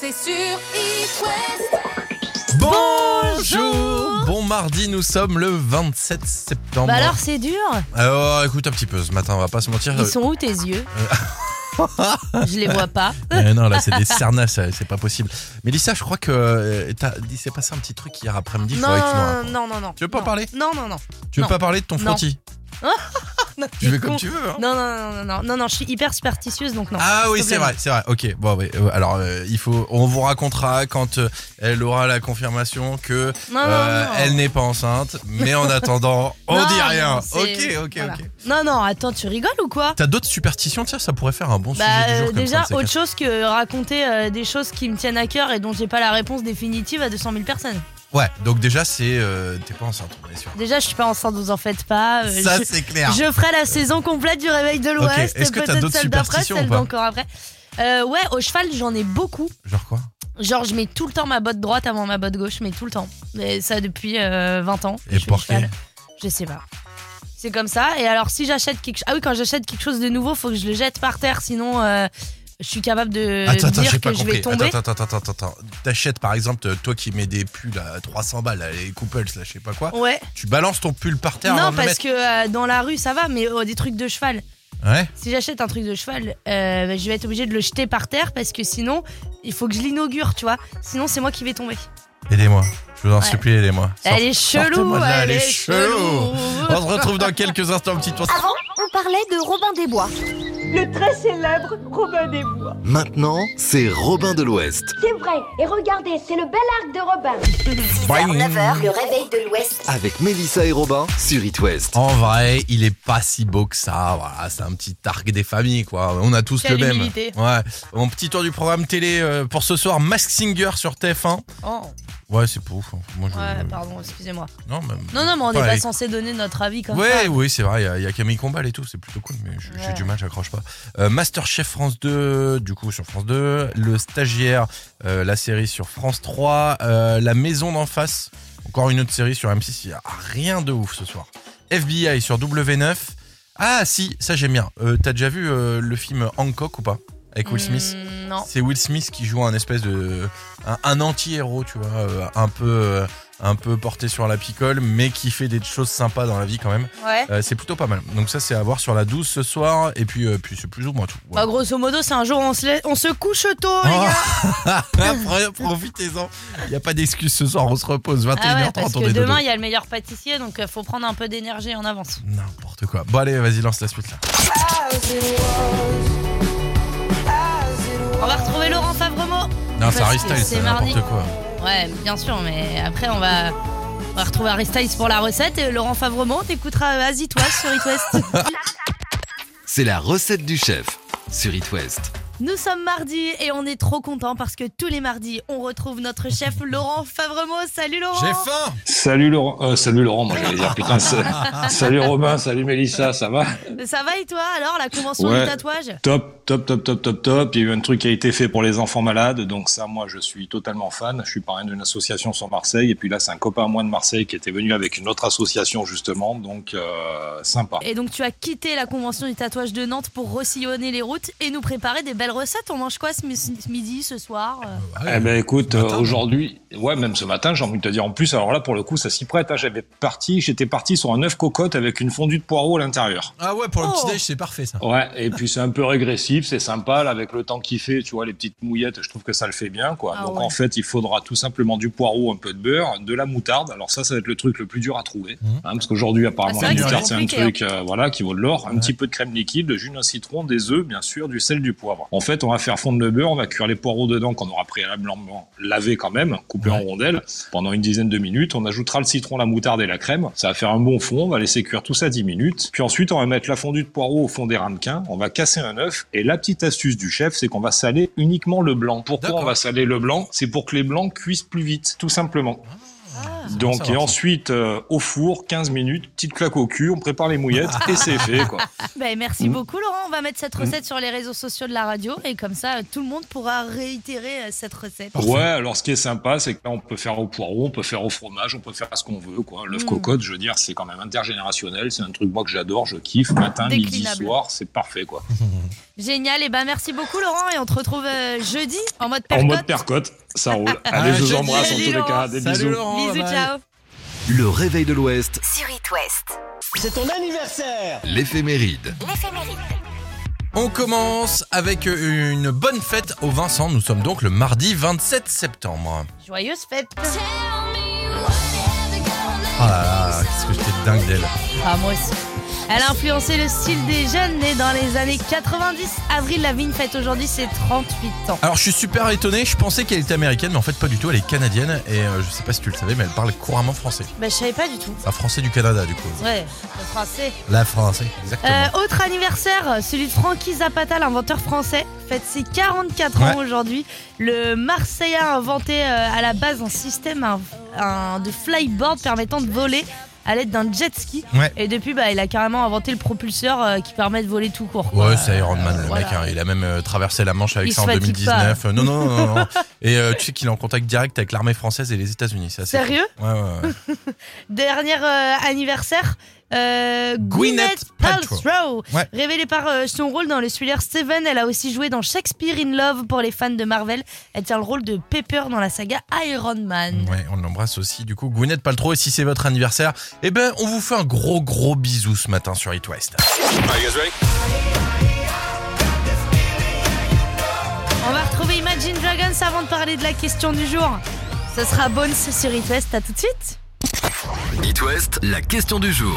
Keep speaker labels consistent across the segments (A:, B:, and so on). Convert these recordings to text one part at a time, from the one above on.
A: sur East West.
B: Bonjour Bon mardi, nous sommes le 27 septembre.
C: Bah alors c'est dur.
B: Alors, écoute un petit peu, ce matin, on va pas se mentir.
C: Ils sont où tes yeux Je les vois pas.
B: Euh, non, là, c'est des cernas, euh, c'est pas possible. Mélissa, je crois que euh, t'as- il s'est passé un petit truc hier après-midi. il faudrait que tu nous
C: Non,
B: racontes.
C: non, non, non.
B: Tu veux pas
C: Non.
B: parler
C: Non, non, non.
B: Tu veux
C: non.
B: pas parler de ton
C: Non.
B: frottis
C: Non,
B: Tu fais
C: t'es
B: comme
C: con.
B: tu veux. hein.
C: Non, non, non, non, non, non, non, je suis hyper superstitieuse donc non.
B: Ah oui,
C: S'il te
B: c'est
C: plaît,
B: vrai, c'est vrai. Ok, bon, ouais, euh, alors euh, il faut, on vous racontera quand euh, elle aura la confirmation que
C: Non, non,
B: euh,
C: non.
B: elle n'est pas enceinte. Mais en attendant, on
C: Non,
B: dit
C: non,
B: rien.
C: c'est-
B: Ok, ok,
C: voilà.
B: ok.
C: Non, non, attends, tu rigoles ou quoi
B: T'as d'autres superstitions Tiens, ça pourrait faire un bon
C: Bah
B: sujet du jour
C: euh,
B: comme
C: déjà,
B: ça, de ces
C: autre chose que raconter euh, des choses qui me tiennent à cœur et dont j'ai pas la réponse définitive à 200 000 personnes.
B: quatre. Ouais, donc déjà, c'est. euh, T'es pas enceinte, on est sûr.
C: Déjà, je suis pas enceinte, vous en faites pas. euh,
B: ça,
C: je-
B: c'est clair.
C: Je ferai la saison complète du Réveil de l'Ouest,
B: Ok, est-ce que t'as
C: peut-être
B: d'autres
C: celle d'après,
B: superstitions ou
C: celle
B: pas
C: d'encore après. Euh, ouais, au cheval, j'en ai beaucoup.
B: Genre quoi
C: Genre, je mets tout le temps ma botte droite avant ma botte gauche, mais tout le temps. Et ça depuis euh, 20 ans.
B: Et
C: je euh, fais du
B: porqué
C: cheval. Je sais pas. C'est comme ça. Et alors, si j'achète quelque chose. Ah oui, quand j'achète quelque chose de nouveau, faut que je le jette par terre, sinon euh, je suis capable de
B: Attends, attends, j'ai
C: dire
B: pas
C: que je
B: compris.
C: vais tomber.
B: Attends, attends, attends, attends, attends. T'achètes par exemple, euh, toi qui mets des pulls à 300 balles, là, les couples, là, je sais pas quoi.
C: Ouais.
B: Tu balances ton pull par terre avant
C: Non,
B: de
C: parce que euh, dans la rue, ça va, mais euh, des trucs de cheval.
B: le mettre. Ouais.
C: Si j'achète un truc de cheval, euh, bah, je vais être obligée de le jeter par terre parce que sinon, il faut que je l'inaugure, tu vois. Sinon, c'est moi qui vais tomber.
B: Aidez-moi. Je vous en
C: Ouais.
B: supplie, aidez-moi.
C: Elle est chelou,
B: sortez-moi de là,
C: elle, est chelou. Oh,
B: On se retrouve dans quelques instants, petit tour.
A: Avant, on parlait de Robin des Bois.
D: le très célèbre Robin des Bois.
E: Maintenant, c'est Robin de l'Ouest.
F: C'est vrai, et regardez, c'est le bel arc de Robin. 9h, le réveil de l'Ouest.
E: Avec Mélissa et Robin sur It West.
B: En vrai, il est pas si beau que ça. Voilà, c'est un petit targue des familles, quoi. On a tous
C: Quelle
B: le même.
C: humilité.
B: Ouais. Mon petit tour du programme télé euh, pour ce soir, Mask Singer sur TF1.
C: Oh,
B: Ouais, c'est pour. Moi, je...
C: ouais, pardon, excusez-moi.
B: Non, mais-
C: Non, non, mais on n'est
B: Ouais.
C: pas censé donner notre avis comme
B: Ouais,
C: ça.
B: oui, c'est vrai, il y a- il y, a Camille Combal et tout, c'est plutôt cool, mais j- j'ai
C: Ouais.
B: du mal, j'accroche pas. Euh, Masterchef France 2, du coup, sur France 2, Le Stagiaire, euh, la série sur France 3, euh, La Maison d'en face, encore une autre série sur M6, il y a rien de ouf ce soir. FBI sur W9. Ah, si, ça j'aime bien. Euh, T'as déjà vu euh, le film Hancock ou pas Avec Will Smith
C: Mm, non.
B: c'est Will Smith qui joue un espèce de un, un anti-héros, tu vois, euh, un peu euh, un peu porté sur la picole, mais qui fait des choses sympas dans la vie quand même.
C: Ouais.
B: Euh, c'est plutôt pas mal. Donc ça, c'est à voir sur la 12 ce soir. Et puis, euh, puis c'est plus ou moins tout.
C: Bah,
B: Voilà.
C: grosso modo, c'est un jour où on se, lève- on se couche tôt, Bah les gars.
B: Après, Ah. Profitez-en. Il n'y a pas d'excuse ce soir. On se repose. 21h30,
C: Ah ouais, parce
B: on
C: que
B: est dodo.
C: demain, il y a le meilleur pâtissier, donc euh, faut prendre un peu d'énergie en avance.
B: N'importe quoi. Bon, allez, vas-y, lance la suite là.
C: On va retrouver Laurent Favremo.
B: Non, c'est
C: Parce
B: Harry
C: que
B: Styles,
C: c'est
B: c'est n'importe
C: mardi.
B: quoi.
C: Ouais, bien sûr, mais après, on va, on va retrouver Harry Styles pour la recette. Et Laurent Favremo, t'écouteras euh, Asie, toi, sur It West.
E: C'est la recette du chef sur It West.
C: Nous sommes mardi et on est trop contents parce que tous les mardis, on retrouve notre chef Laurent Favremo. Salut Laurent
B: J'ai faim.
G: Salut Laurent, euh, salut Laurent, moi j'allais dire putain, sa- salut Robin, salut Mélissa, ça va
C: Ça va et toi alors, la convention
G: Ouais.
C: du tatouage
G: Top, top, top, top, top, top. Il y a eu un truc qui a été fait pour les enfants malades, donc ça, moi je suis totalement fan. Je suis parrain d'une association sur Marseille, et puis là, c'est un copain à moi de Marseille qui était venu avec une autre association justement, donc euh, sympa.
C: Et donc tu as quitté la convention du tatouage de Nantes pour ressillonner les routes et nous préparer des belles recettes. On mange quoi ce mi- ce midi, ce soir euh
B: Ah,
G: Eh ben écoute,
B: Ce matin.
G: euh, aujourd'hui, ouais, même ce matin, j'ai envie de te dire en plus, alors là pour le coup, ça s'y prête. hein. J'avais parti, j'étais parti sur un œuf cocotte avec une fondue de poireaux à l'intérieur.
B: Ah ouais, pour le
C: Oh.
B: petit déj, c'est parfait ça.
G: Ouais, et puis c'est un peu régressif, c'est sympa, là, avec le temps qu'il fait, tu vois, les petites mouillettes, je trouve que ça le fait bien, quoi.
C: Ah
G: Donc
C: ouais.
G: en fait, il faudra tout simplement du poireau, un peu de beurre, de la moutarde. Alors ça, ça va être le truc le plus dur à trouver,
B: Mhm.
G: hein, parce qu'aujourd'hui,
C: Ah,
G: apparemment,
C: c'est
G: la
B: vrai que
G: moutarde,
C: c'est
G: c'est un
C: compliqué,
G: truc, euh, voilà, qui vaut de l'or. Un
B: Ouais.
G: petit peu de crème liquide, de jus d'un citron, des œufs, bien sûr, du sel, du poivre. En fait, on va faire fondre le beurre, on va cuire les poireaux dedans, qu'on aura préalablement lavé quand même, coupé en
B: Ouais.
G: rondelles, pendant une dizaine de minutes. On ajoutera le citron, la moutarde et la crème. Ça va faire un bon fond. On va laisser cuire tout ça 10 minutes. Puis ensuite, on va mettre la fondue de poireaux au fond des ramequins. On va casser un œuf. Et la petite astuce du chef, c'est qu'on va saler uniquement le blanc. Pourquoi
B: D'accord.
G: on va saler le blanc C'est pour que les blancs cuisent plus vite, tout simplement.
B: C'est bon,
G: Donc,
B: ça
G: et
B: va.
G: ensuite, euh, au four, 15 minutes, petite claque au cul, on prépare les mouillettes
B: Ah.
G: et c'est fait, quoi.
C: Ben, merci
G: Mm.
C: beaucoup, Laurent. On va mettre cette recette sur les réseaux sociaux de la radio et comme ça, euh, tout le monde pourra réitérer euh, cette recette.
B: Parfait.
G: Ouais, alors ce qui est sympa, c'est que là, on peut faire au poireau, on peut faire au fromage, on peut faire à ce qu'on veut, quoi. L'œuf
C: Mm.
G: cocotte, je veux dire, c'est quand même intergénérationnel, c'est un truc, moi, que j'adore, je kiffe, matin, midi,
C: Déclinable.
G: soir, c'est parfait, quoi.
C: Génial. Et ben, merci beaucoup, Laurent. Et on te retrouve euh, jeudi en mode
G: En
C: percote.
G: mode percote, ça roule. Allez, je
B: jeudi.
G: vous embrasse en tous
C: Salut,
G: les cas,
C: Laurence.
G: des
B: Salut
G: bisous.
B: Laurent, bye
C: Bisous,
B: Oh, bye.
C: ciao.
E: Le réveil de l'Ouest,
F: Sur It West.
H: C'est ton anniversaire
E: l'éphéméride.
F: L'éphéméride.
B: On commence avec euh, une bonne fête au Vincent. Nous sommes donc le mardi 27 septembre.
C: Joyeuse fête.
B: Ah là là, qu'est-ce que j'étais dingue d'elle.
C: Ah, moi aussi. Elle a influencé le style des jeunes nés dans les années 90. Avril Lavigne fête aujourd'hui ses 38 ans.
B: Alors je suis super étonné, je pensais qu'elle était américaine, mais en fait pas du tout, elle est canadienne et euh, je sais pas si tu le savais, mais elle parle couramment français.
C: Ben, je savais pas du tout.
B: Enfin français du Canada du coup.
C: Ouais, le français.
B: La France, exactement.
C: Euh, autre anniversaire, celui de Frankie Zapata, l'inventeur français, fête ses 44 ans aujourd'hui. Le Marseillais a inventé euh, à la base un système un- un- de flyboard permettant de voler à l'aide d'un jet ski.
B: Ouais.
C: Et depuis, bah, il a carrément inventé le propulseur euh, qui permet de voler tout court. quoi.
B: Euh, Ouais, c'est Iron Man, le
C: voilà.
B: mec. hein. Il a même euh, traversé la Manche avec
C: Il
B: ça en
C: se fatigue
B: 2019. Euh, non, non, non, non, non. Et euh, tu sais qu'il est en contact direct avec l'armée française et les États-Unis. c'est assez
C: Sérieux
B: cool. Ouais, ouais, ouais.
C: Dernier euh, anniversaire. euh,
B: Gwyneth
C: Gwyneth
B: Paltrow.
C: Paltrow,
B: Ouais.
C: révélée par euh, son rôle dans le thriller Seven, elle a aussi joué dans Shakespeare in Love pour les fans de Marvel. Elle tient le rôle de Pepper dans la saga Iron Man.
B: Ouais, on l'embrasse aussi. Du coup, Gwyneth Paltrow, et si c'est votre anniversaire, eh ben, on vous fait un gros, gros bisou ce matin sur It West.
C: On va retrouver Imagine Dragons avant de parler de la question du jour. Ce sera Bones sur It West. À tout de suite.
E: It West, la question du jour.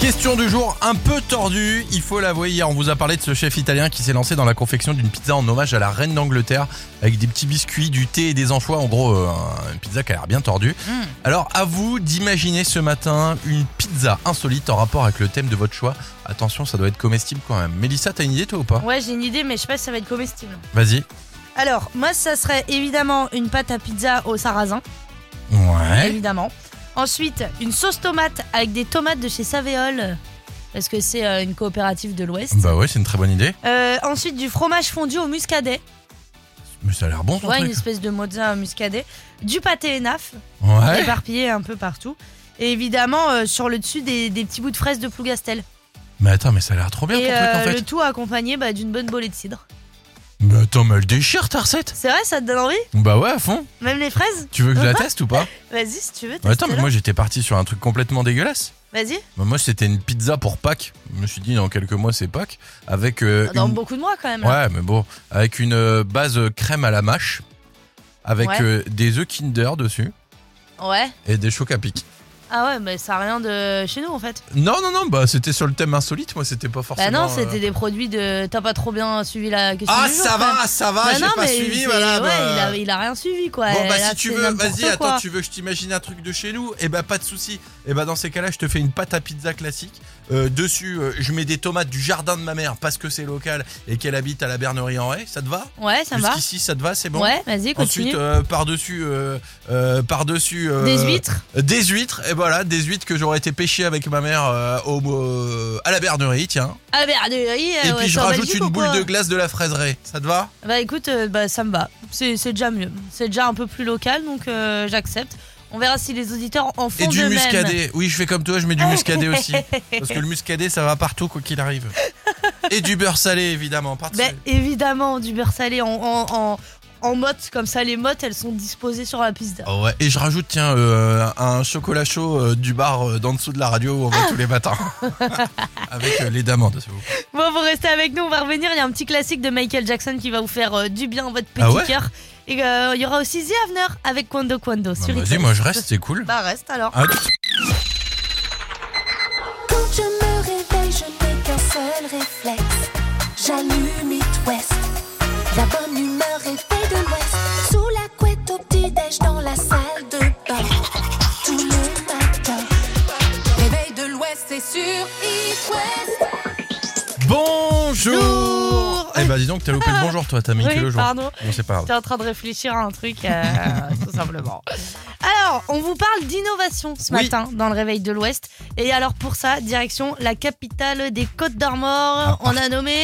B: Question du jour un peu tordue, il faut l'avouer. Hier, on vous a parlé de ce chef italien qui s'est lancé dans la confection d'une pizza en hommage à la reine d'Angleterre avec des petits biscuits, du thé et des anchois. En gros, euh, une pizza qui a l'air bien tordue.
C: Mm.
B: Alors, à vous d'imaginer ce matin une pizza insolite en rapport avec le thème de votre choix. Attention, ça doit être comestible quand même. Mélissa, t'as une idée toi ou pas
C: Ouais, j'ai une idée, mais je sais pas si ça va être comestible.
B: Vas-y.
C: Alors, moi, ça serait évidemment une pâte à pizza au sarrasin,
B: Ouais.
C: évidemment. Ensuite, une sauce tomate avec des tomates de chez Savéole, parce que c'est euh, une coopérative de l'Ouest.
B: Bah ouais, c'est une très bonne idée.
C: Euh, ensuite, du fromage fondu au muscadet.
B: Mais ça a l'air bon ton
C: Ouais, une
B: truc.
C: espèce de mozza au muscadet. Du pâté ENAF,
B: Ah Ouais.
C: éparpillé un peu partout. Et évidemment, euh, sur le dessus, des, des petits bouts de fraises de Plougastel.
B: Mais attends, mais ça a l'air trop bien
C: Et
B: ton truc en
C: euh,
B: fait.
C: le tout accompagné bah, d'une bonne bolée de cidre.
B: Mais attends, mais elle déchire ta recette.
C: C'est vrai, ça te donne envie
B: Bah ouais, à fond.
C: Même les fraises
B: Tu veux que je la teste ou pas
C: Vas-y, si tu veux.
B: Mais Bah, Attends, mais
C: teste-la.
B: moi j'étais parti sur un truc complètement dégueulasse.
C: Vas-y.
B: Bah, Moi c'était une pizza pour Pâques. Je me suis dit dans quelques mois c'est Pâques avec euh,
C: Ah, Dans
B: une-
C: beaucoup de mois, quand même. là.
B: ouais mais bon avec une euh, base crème à la mâche avec
C: Ouais.
B: euh, des œufs Kinder dessus
C: Ouais.
B: et des chocs à pic.
C: Ah ouais, mais ça a rien de chez nous, en fait.
B: Non non non bah c'était sur le thème insolite moi c'était pas
C: Bah
B: forcément.
C: non,
B: euh,
C: c'était des produits de. T'as pas trop bien suivi la question.
B: Ah
C: du jour,
B: ça
C: quand même.
B: va ça va
C: Bah
B: j'ai
C: non,
B: pas
C: mais
B: suivi
C: c'est-
B: voilà.
C: ouais,
B: bah,
C: il, a, il a rien suivi, quoi.
B: Bon bah
C: Là,
B: si tu
C: c'est
B: veux,
C: n'importe
B: vas-y,
C: quoi.
B: attends, tu veux que je t'imagine un truc de chez nous Eh bah pas de souci. Eh bah dans ces cas-là, je te fais une pâte à pizza classique. Euh, dessus, euh, je mets des tomates du jardin de ma mère parce que c'est local et qu'elle habite à la Bernerie en Haye. Ça te va
C: Ouais, ça me va.
B: Jusqu'ici, ça te va, c'est bon.
C: Ouais, vas-y, continue.
B: Ensuite, euh, par-dessus, euh, euh, par-dessus. euh,
C: Des huîtres.
B: Des huîtres. Et voilà, des huîtres que j'aurais été pêché avec ma mère euh, au, euh, à la Bernerie, tiens.
C: Ah merde,
B: et puis je rajoute une boule de glace de la fraiserie. Ça te va
C: euh, Bah écoute, euh, bah, ça me va. C'est c'est déjà mieux. C'est déjà un peu plus local, donc euh, j'accepte. On verra si les auditeurs en font
B: Et du
C: de même.
B: muscadet. Oui, je fais comme toi, je mets du muscadet aussi. Parce que le muscadet, ça va partout, quoi qu'il arrive. Et du beurre salé, évidemment. partout.
C: Bah évidemment, du beurre salé en, en, en, en motte, comme ça les mottes elles sont disposées sur la pizza.
B: Ah ouais. Et je rajoute, tiens, euh, un chocolat chaud euh, du bar euh, d'en dessous de la radio où on
C: Ah.
B: va tous les matins. Avec euh, les d'amandes, s'il vous plaît.
C: Bon, vous restez avec nous, on va revenir. Il y a un petit classique de Michael Jackson qui va vous faire euh, du bien à votre petit
B: Ah ouais
C: cœur. Et euh, il y aura aussi The Avener avec Quando Quando sur
B: Bah,
C: It
B: Vas-y,
C: West.
B: moi je reste, c'est cool.
C: Bah reste alors.
B: Ah,
F: Quand je me réveille, je n'ai qu'un seul réflexe. J'allume It West. La bonne humeur est faite de l'Ouest. Sous la couette au petit-déj dans la salle de bain. Tout le matin. Réveil de l'Ouest, c'est sur It West.
B: Bonjour
C: Bonjour.
B: Eh ben dis donc, donc t'as loupé le bonjour, toi, t'as mis que le
C: Oui,
B: jour.
C: pardon.
B: Bon, c'est pas grave.
C: J'étais en train de réfléchir à un truc, euh, tout simplement. Alors, on vous parle d'innovation ce
B: Oui.
C: matin dans le Réveil de l'Ouest. Et alors, pour ça, direction la capitale des Côtes
B: Ah,
C: d'Armor. on a nommé.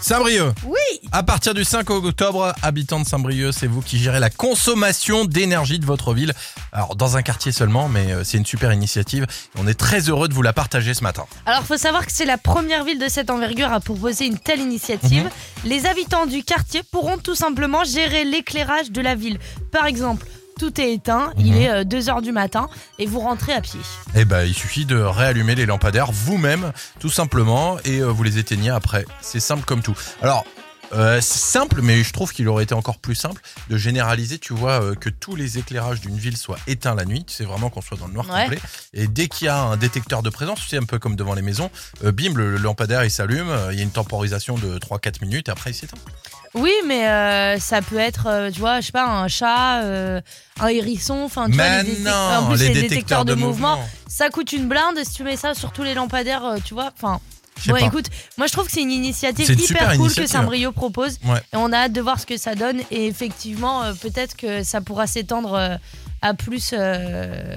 B: Saint-Brieuc.
C: Oui
B: À partir du 5 octobre, habitants de Saint-Brieuc, c'est vous qui gérez la consommation d'énergie de votre ville. Alors, dans un quartier seulement, mais euh, c'est une super initiative. On est très heureux de vous la partager ce matin.
C: Alors, faut savoir que c'est la première ville de cette envergure à proposer une telle initiative.
B: Mhm.
C: Les habitants du quartier pourront tout simplement gérer l'éclairage de la ville. Par exemple, tout est éteint, il
B: Mhm.
C: est 2h du matin et vous rentrez à pied.
B: Eh ben, il suffit de réallumer les lampadaires vous-même, tout simplement, et euh, vous les éteignez après. C'est simple comme tout. Alors, euh, c'est simple, mais je trouve qu'il aurait été encore plus simple de généraliser, tu vois, euh, que tous les éclairages d'une ville soient éteints la nuit. C'est vraiment qu'on soit dans le noir
C: Ouais.
B: complet. Et dès qu'il y a un détecteur de présence, c'est un peu comme devant les maisons, euh, bim, le, le lampadaire il s'allume, euh, il y a une temporisation de 3-4 minutes, et après il s'éteint.
C: Oui, mais euh, ça peut être, euh, tu vois, je sais pas, un chat, euh, un hérisson, enfin, tu vois,
B: Mais
C: les, détec- en
B: non,
C: plus,
B: les détecteurs de
C: mouvement,
B: mouvement.
C: ça coûte une blinde si tu mets ça sur tous les lampadaires, euh, tu vois, enfin.
B: Je sais
C: Bon,
B: pas.
C: écoute, moi je trouve que c'est une initiative
B: C'est une
C: hyper
B: super
C: cool
B: initiative.
C: que Saint-Brieuc propose
B: Ouais.
C: et on a hâte de voir ce que ça donne et effectivement euh, peut-être que ça pourra s'étendre euh, à plus euh,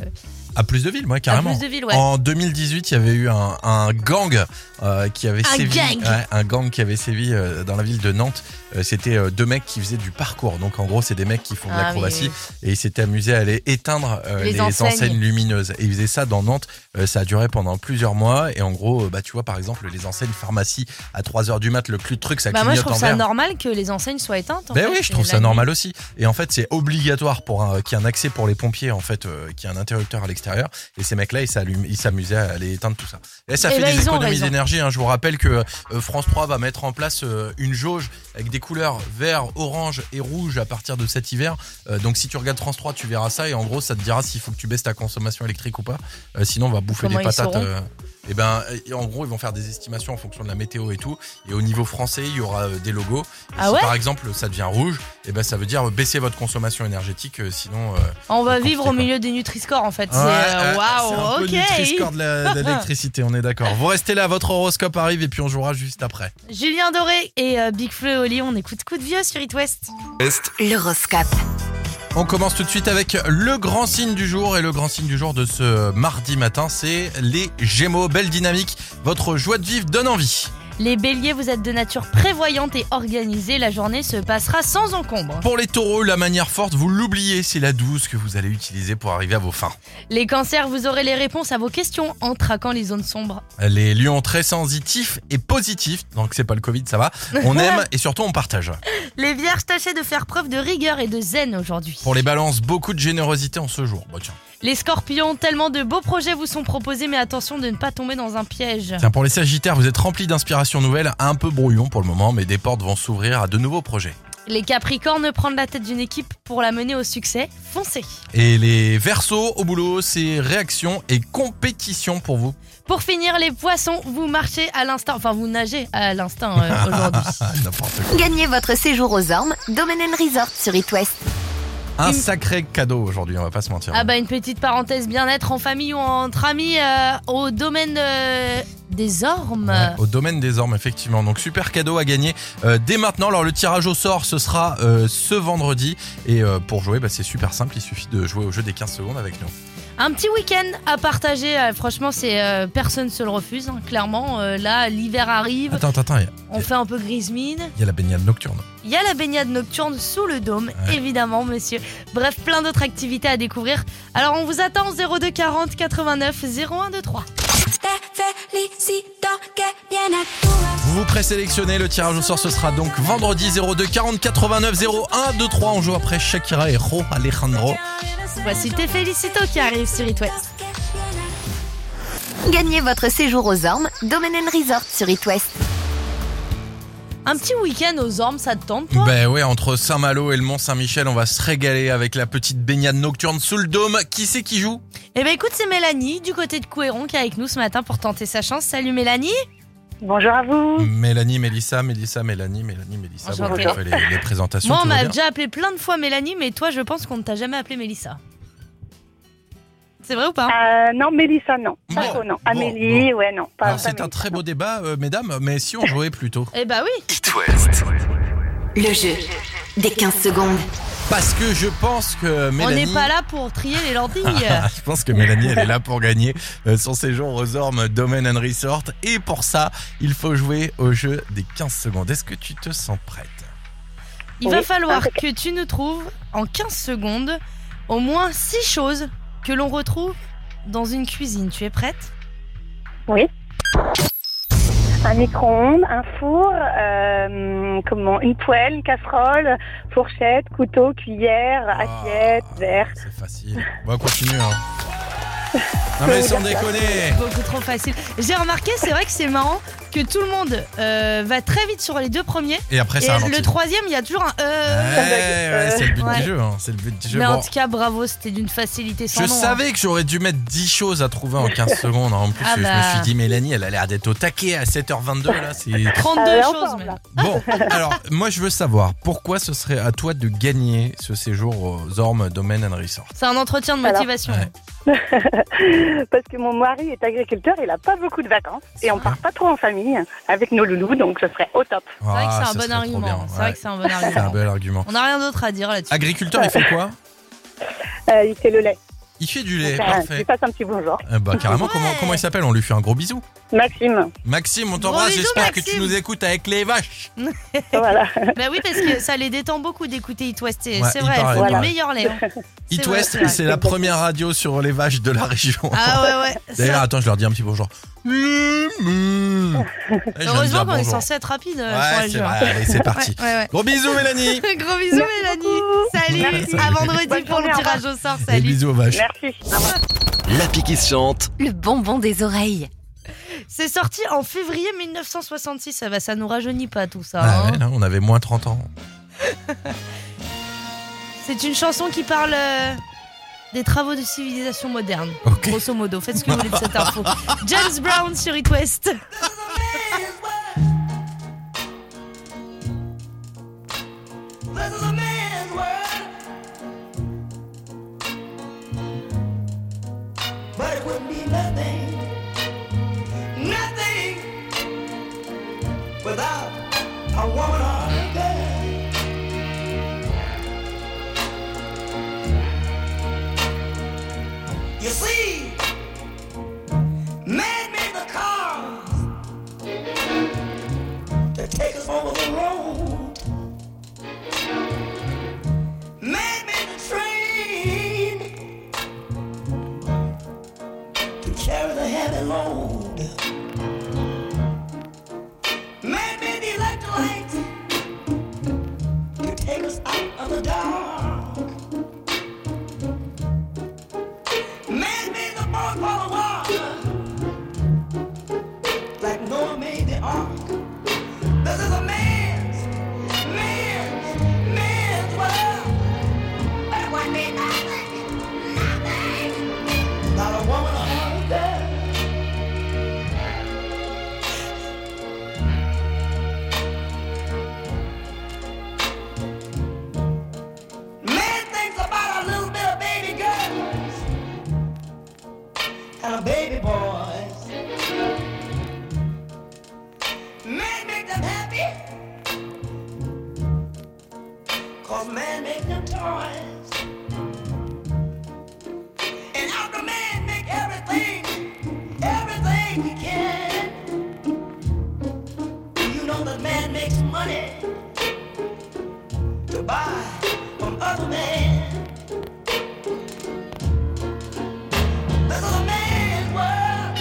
B: À plus de villes, moi,
C: à
B: carrément.
C: plus de villes ouais.
B: En 2018, il y avait eu un, un gang euh, qui avait
C: Un
B: sévi.
C: gang.
B: ouais, un gang qui avait sévi euh, dans la ville de Nantes. Euh, C'était euh, deux mecs qui faisaient du parcours. Donc en gros, c'est des mecs qui font de
C: Ah,
B: l'acrobatie
C: mais-
B: et ils s'étaient amusés à aller éteindre euh, les,
C: Les
B: enseignes.
C: enseignes.
B: lumineuses. Et ils faisaient ça dans Nantes. Euh, ça a duré pendant plusieurs mois. Et en gros, euh, bah tu vois par exemple les enseignes pharmacie à 3 heures du mat, le cul de truc, ça
C: Bah, moi
B: clignote
C: je trouve
B: en
C: ça
B: vert.
C: normal que les enseignes soient éteintes. en
B: Ben
C: fait,
B: oui, je trouve
C: hein, la
B: ça
C: nuit.
B: normal aussi. Et en fait, c'est obligatoire pour un, qu'il y ait un accès pour les pompiers, en fait, euh, qu'il y ait un interrupteur à l'extérieur. Et ces mecs-là, ils s'allument- ils s'amusaient à aller éteindre tout ça. Et ça
C: Eh
B: fait
C: ben,
B: des
C: ils ont
B: économies
C: raison.
B: d'énergie. hein. Je vous rappelle que euh, France 3 va mettre en place euh, une jauge avec des couleurs vert, orange et rouge à partir de cet hiver. Euh, donc si tu regardes France 3, tu verras ça. Et en gros, ça te dira s'il faut que tu baisses ta consommation électrique ou pas. Euh, sinon, on va bouffer
C: Comment
B: des
C: ils
B: patates.
C: sauront
B: et ben, et en gros, ils vont faire des estimations en fonction de la météo et tout. Et au niveau français, il y aura euh, des logos. Et
C: Ah
B: si
C: ouais
B: par exemple ça devient rouge, et ben ça veut dire euh, baisser votre consommation énergétique, euh, sinon. euh,
C: On va
B: Compliqué,
C: vivre au
B: quoi.
C: milieu des Nutri-Score en fait. C'est,
B: ouais,
C: euh,
B: euh,
C: Waouh,
B: c'est un peu
C: ok.
B: Nutri-Score de la- de l'électricité, on est d'accord. Vous restez là, votre horoscope arrive et puis on jouera juste après.
C: Julien Doré et euh, Big Fleu et Oli, on écoute Coup de Vieux sur It West.
E: Est,
A: L'horoscope.
B: On commence tout de suite avec le grand signe du jour et le grand signe du jour de ce mardi matin, c'est les Gémeaux. Belle dynamique, votre joie de vivre donne envie.
C: Les béliers, vous êtes de nature prévoyante et organisée, la journée se passera sans encombre.
B: Pour les Taureaux, la manière forte, vous l'oubliez, c'est la douce que vous allez utiliser pour arriver à vos fins.
C: Les cancers, vous aurez les réponses à vos questions en traquant les zones sombres.
B: Les Lions très sensitifs et positifs, donc c'est pas le Covid, ça va. On aime et surtout on partage.
C: Les vierges, tâchez de faire preuve de rigueur et de zen aujourd'hui.
B: Pour les balances, beaucoup de générosité en ce jour. Bah tiens.
C: Les scorpions, tellement de beaux projets vous sont proposés, mais attention de ne pas tomber dans un piège.
B: Tiens, pour les sagittaires, vous êtes remplis d'inspirations nouvelles, un peu brouillon pour le moment, mais des portes vont s'ouvrir à de nouveaux projets.
C: Les capricornes, prendre la tête d'une équipe pour la mener au succès, foncez.
B: Et les versos au boulot, c'est réaction et compétition pour vous.
C: Pour finir, les poissons, vous marchez à l'instinct, enfin vous nagez à l'instinct euh, aujourd'hui.
B: Ah, n'importe quoi.
A: Gagnez votre séjour aux ormes, Domaine and Resort sur It West.
B: Un sacré cadeau aujourd'hui, on va pas se mentir.
C: Ah bah une petite parenthèse bien-être en famille ou entre amis euh, au domaine euh, des ormes.
B: Ouais, au domaine des ormes, effectivement. Donc super cadeau à gagner euh, dès maintenant. Alors le tirage au sort, ce sera euh, ce vendredi. Et euh, pour jouer, bah, c'est super simple, il suffit de jouer au jeu des 15 secondes avec nous.
C: Un petit week-end à partager. euh, franchement, c'est euh, personne se le refuse. hein, clairement, Euh, là l'hiver arrive,
B: Attends, attends, attends, il y a-
C: on fait un peu grise mine.
B: il y a la baignade nocturne.
C: Il y a la baignade nocturne sous le dôme,
B: Ouais.
C: évidemment, monsieur. Bref, plein d'autres activités à découvrir. Alors on vous attend au 02 40 89 0123.
F: Te felicito, que bien actúas.
B: Vous vous présélectionnez, le tirage au sort ce sera donc vendredi 02 40 89 01 23. On joue après Shakira et Ro Alejandro.
C: Voici tes Félicito qui arrive sur It West.
F: Que bien actúas.
A: Gagnez votre séjour aux ormes, Domaine and Resort sur It West.
C: Un petit week-end aux ormes, ça te tente toi
B: Ben ouais, entre Saint-Malo et le Mont-Saint-Michel, on va se régaler avec la petite baignade nocturne sous le dôme. Qui c'est qui joue
C: Eh ben écoute, c'est Mélanie du côté de Couéron qui est avec nous ce matin pour tenter sa chance. Salut Mélanie.
D: Bonjour à vous.
B: Mélanie, Mélissa, Mélissa, Mélanie, Mélanie, Mélissa. Bon,
C: Enchantée.
B: on fait les, les présentations.
C: Moi, on
B: tout va
C: m'a
B: bien.
C: déjà appelé plein de fois Mélanie, mais toi, je pense qu'on ne t'a jamais appelé Mélissa. C'est vrai ou pas
I: Ah.
D: Euh, non, Mélissa, non.
B: Bon,
D: Paco, non.
B: bon,
D: Amélie, ouais, non. Pas,
B: Alors,
D: pas
B: c'est un
D: Mélissa,
B: très
D: non.
B: beau débat, euh, mesdames, mais si on jouait plutôt
C: Eh bah ben oui.
E: It West.
A: Le jeu des 15 secondes.
B: Parce que je pense que
C: On
B: Mélanie. Ah.
C: n'est pas là pour trier les lentilles.
B: Je pense que Mélanie, elle est là pour gagner euh, son séjour aux Ormes Domain and Resort. Et pour ça, il faut jouer au jeu des 15 secondes. Est-ce que tu te sens prête
C: Il va
J: Oui,
C: falloir
J: impeccable.
C: que tu nous trouves en 15 secondes au moins 6 choses que l'on retrouve dans une cuisine. Tu es prête
J: Oui. Un micro-ondes, un four, euh, comment, une poêle, une casserole, fourchette, couteau, cuillère, assiette,
B: Ah,
J: verre.
B: C'est facile. Bon, on continue. hein. Non, mais sans déconner
C: Beaucoup trop facile. J'ai remarqué, c'est vrai que c'est marrant que tout le monde euh, va très vite sur les deux premiers.
B: Et après,
C: Et
B: ça ralentit.
C: le troisième, il y a toujours un.
B: Ouais,
C: Euh...
B: ouais, c'est le but
C: Ouais.
B: du jeu. hein, C'est le but du jeu.
C: Mais en
B: Bon,
C: tout cas, bravo, c'était d'une facilité sans
B: Je
C: nom, hein.
B: savais que j'aurais dû mettre 10 choses à trouver en 15 secondes. hein. En plus,
C: Ah
B: je
C: bah.
B: me suis dit, Mélanie, elle a l'air d'être au taquet à 7h22. Là, c'est
C: 32
J: Ah, ouais,
C: choses
J: encore,
C: même.
J: là.
B: Bon, alors moi je veux savoir pourquoi ce serait à toi de gagner ce séjour aux Ormes Domaine and Resort.
C: C'est un entretien de
J: Alors.
C: motivation.
B: Ouais.
J: Parce que mon mari est agriculteur, il n'a pas beaucoup de vacances et on part pas trop en famille avec nos loulous, donc ce serait au top.
C: C'est vrai que
B: Ah,
C: c'est un
B: ça
C: bon
B: serait trop
C: argument.
B: bien,
C: C'est
B: ouais.
C: vrai que c'est un bon
B: C'est un
C: argument.
B: bel argument.
C: On n'a rien d'autre à dire là-dessus.
B: Agriculteur, il fait quoi
J: Euh, il fait le lait.
B: Il fait du lait,
J: Enfin, je lui
B: Eh, parfait.
J: passe un petit bonjour.
B: Eh bah carrément,
C: Ouais.
B: comment, comment il s'appelle On lui fait un gros bisou.
J: Maxime,
B: Maxime, on
C: Gros
B: t'embrasse,
C: bisous,
B: j'espère que tu
C: Maxime.
B: nous écoutes avec les vaches.
J: voilà.
C: Bah oui, parce que ça les détend beaucoup d'écouter It West. et
B: Ouais,
C: c'est
B: il
C: vrai,
B: paraît,
C: c'est
B: il
C: le
B: paraît.
C: meilleur lait. hein. C'est
B: It
C: vrai,
B: West,
C: c'est vrai.
B: c'est la première radio sur les vaches de la région.
C: Ah ouais, ouais.
B: D'ailleurs,
C: ça-
B: attends, je leur dis un petit bonjour. Mm, mm. Eh, je viens de dire
C: Heureusement qu'on est
B: bonjour.
C: censé être rapide euh, sur
B: Ouais,
C: les
B: c'est
C: jeux, hein.
B: vrai, allez, c'est parti.
C: Ouais, ouais,
B: Gros bisous, Mélanie.
C: ouais. Gros bisous Mélanie. Salut.
J: Merci.
C: À vendredi
J: Bonne
C: pour le
J: journée, au revoir.
C: tirage au sort.
B: Et
C: Salut.
B: bisous aux vaches.
J: Merci. Au revoir.
E: L'appli qui se chante.
A: Le bonbon des oreilles.
C: C'est sorti en février 1966. Ça va, ça nous rajeunit pas tout ça.
B: Ah
C: hein.
B: ouais, là, on avait moins 30 ans.
C: C'est une chanson qui parle euh, des travaux de civilisation moderne.
B: Ok.
C: Grosso modo, faites ce que vous voulez de cette info. James Brown sur It West.
I: But it would be nothing, nothing without a woman or a girl. You see, man made the cars to take us over the road. Man made the train to carry the heavy load. Man made the electrolyte to take us out of the dark. Man made the boat for the water, like Noah made the ark. This is a man's, man's, man's world. But it would be nothing, nothing not a woman or a girl. Man thinks about a little bit of baby girls and a baby boys. Men make them happy, cause men make them toys. And out the man make everything, everything he can. You know that man makes money to buy from other men. This is a man's world.